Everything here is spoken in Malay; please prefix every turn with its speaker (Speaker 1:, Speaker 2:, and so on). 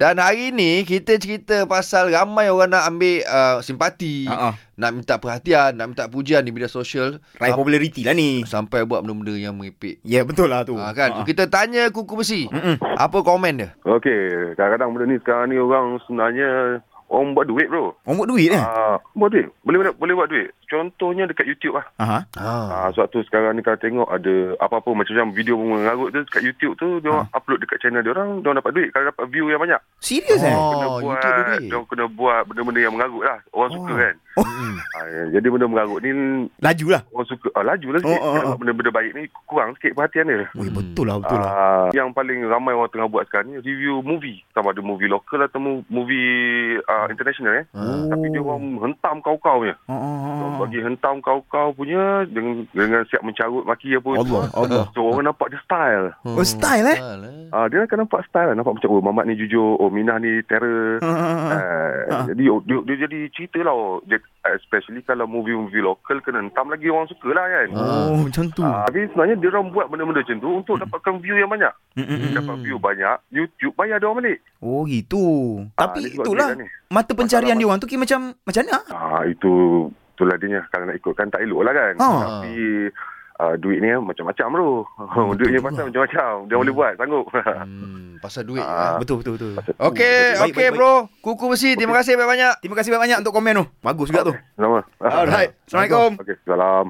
Speaker 1: Dan hari ni kita cerita pasal ramai orang nak ambil uh, simpati,
Speaker 2: Ha ah.
Speaker 1: nak minta perhatian, nak minta pujian di media sosial
Speaker 2: Raih populariti lah ni.
Speaker 1: sampai buat benda-benda yang merepek.
Speaker 2: Ya yeah, betul lah tu.
Speaker 1: Ah kan.
Speaker 2: Ha, ah.
Speaker 1: Kita tanya Kuku Besi.
Speaker 2: Mm-mm.
Speaker 1: Apa komen dia?
Speaker 3: Okey, kadang-kadang benda ni sekarang ni orang sebenarnya orang buat duit bro.
Speaker 2: Orang buat duit eh.
Speaker 3: Ah, buat duit. Boleh boleh buat duit. Contohnya dekat YouTube lah.
Speaker 2: Aha.
Speaker 1: Ha.
Speaker 3: Ah, sebab tu sekarang ni kalau tengok ada apa-apa macam-macam video mengarut tu dekat YouTube tu dia orang upload dekat channel dia orang, dia orang dapat duit kalau dapat view yang banyak.
Speaker 2: Serius eh?
Speaker 1: Oh.
Speaker 3: Kena buat,
Speaker 1: YouTube ada duit.
Speaker 3: dia orang kena buat benda-benda yang mengarut lah. Orang
Speaker 2: Oh.
Speaker 3: suka kan.
Speaker 1: Mm.
Speaker 3: Ah, jadi benda mengarut ni
Speaker 2: Laju lah.
Speaker 3: orang suka ah, laju lah
Speaker 2: Oh,
Speaker 3: sikit.
Speaker 2: oh,
Speaker 3: Kalau
Speaker 2: oh.
Speaker 3: buat benda-benda baik ni kurang sikit perhatian dia.
Speaker 2: Weh
Speaker 1: Hmm.
Speaker 2: betul lah betul lah.
Speaker 3: Ah, yang paling ramai orang tengah buat sekarang ni review movie. Sama ada movie lokal atau mu- movie ah,
Speaker 2: Hmm.
Speaker 3: international eh.
Speaker 2: Ha.
Speaker 1: Ah.
Speaker 3: Tapi dia orang hentam kau-kau punya.
Speaker 2: Oh, oh,
Speaker 3: Dia orang
Speaker 2: oh.
Speaker 3: Bagi hentam kau-kau punya dengan, dengan siap mencarut maki apa.
Speaker 2: Allah Allah.
Speaker 3: So orang nampak dia style.
Speaker 2: Oh, style, eh?
Speaker 1: Style,
Speaker 3: Ah, dia akan nampak style lah. Nampak macam, oh Mamat ni jujur. Oh Minah ni terror.
Speaker 2: Ha, ha, ha.
Speaker 3: Ah, Jadi oh, dia, dia jadi cerita lah. Oh. Dia, especially kalau movie-movie lokal kena hentam lagi orang suka lah kan.
Speaker 1: Ah.
Speaker 2: Oh macam tu.
Speaker 3: Ah, tapi sebenarnya dia orang buat benda-benda macam tu untuk dapatkan view yang banyak.
Speaker 2: Mm, mm, mm.
Speaker 3: Dapat view banyak, YouTube bayar dia orang balik.
Speaker 2: Oh gitu.
Speaker 3: Ah,
Speaker 2: Tapi
Speaker 3: dia sebab
Speaker 2: itulah
Speaker 3: dia kan ni.
Speaker 2: mata pencarian
Speaker 3: Masalah-
Speaker 2: dia orang tu kira macam macam mana?
Speaker 3: Ah itu itulah dia kalau nak ikutkan tak elok lah kan.
Speaker 2: Ha.
Speaker 3: Tapi ah, duit ni macam-macam bro. Duitnya
Speaker 2: juga.
Speaker 3: pasal macam-macam. Dia boleh buat, sanggup.
Speaker 1: Hmm, pasal duit. eh.
Speaker 3: Ah.
Speaker 2: Betul betul betul.
Speaker 1: Okey,
Speaker 2: Ha. Baik,
Speaker 1: okey
Speaker 2: baik,
Speaker 1: bro. Kuku Besi, terima kasih banyak-banyak.
Speaker 2: Terima kasih banyak-banyak untuk komen tu. Bagus juga tu.
Speaker 3: Sama.
Speaker 2: Alright. Assalamualaikum.
Speaker 3: Okey, salam.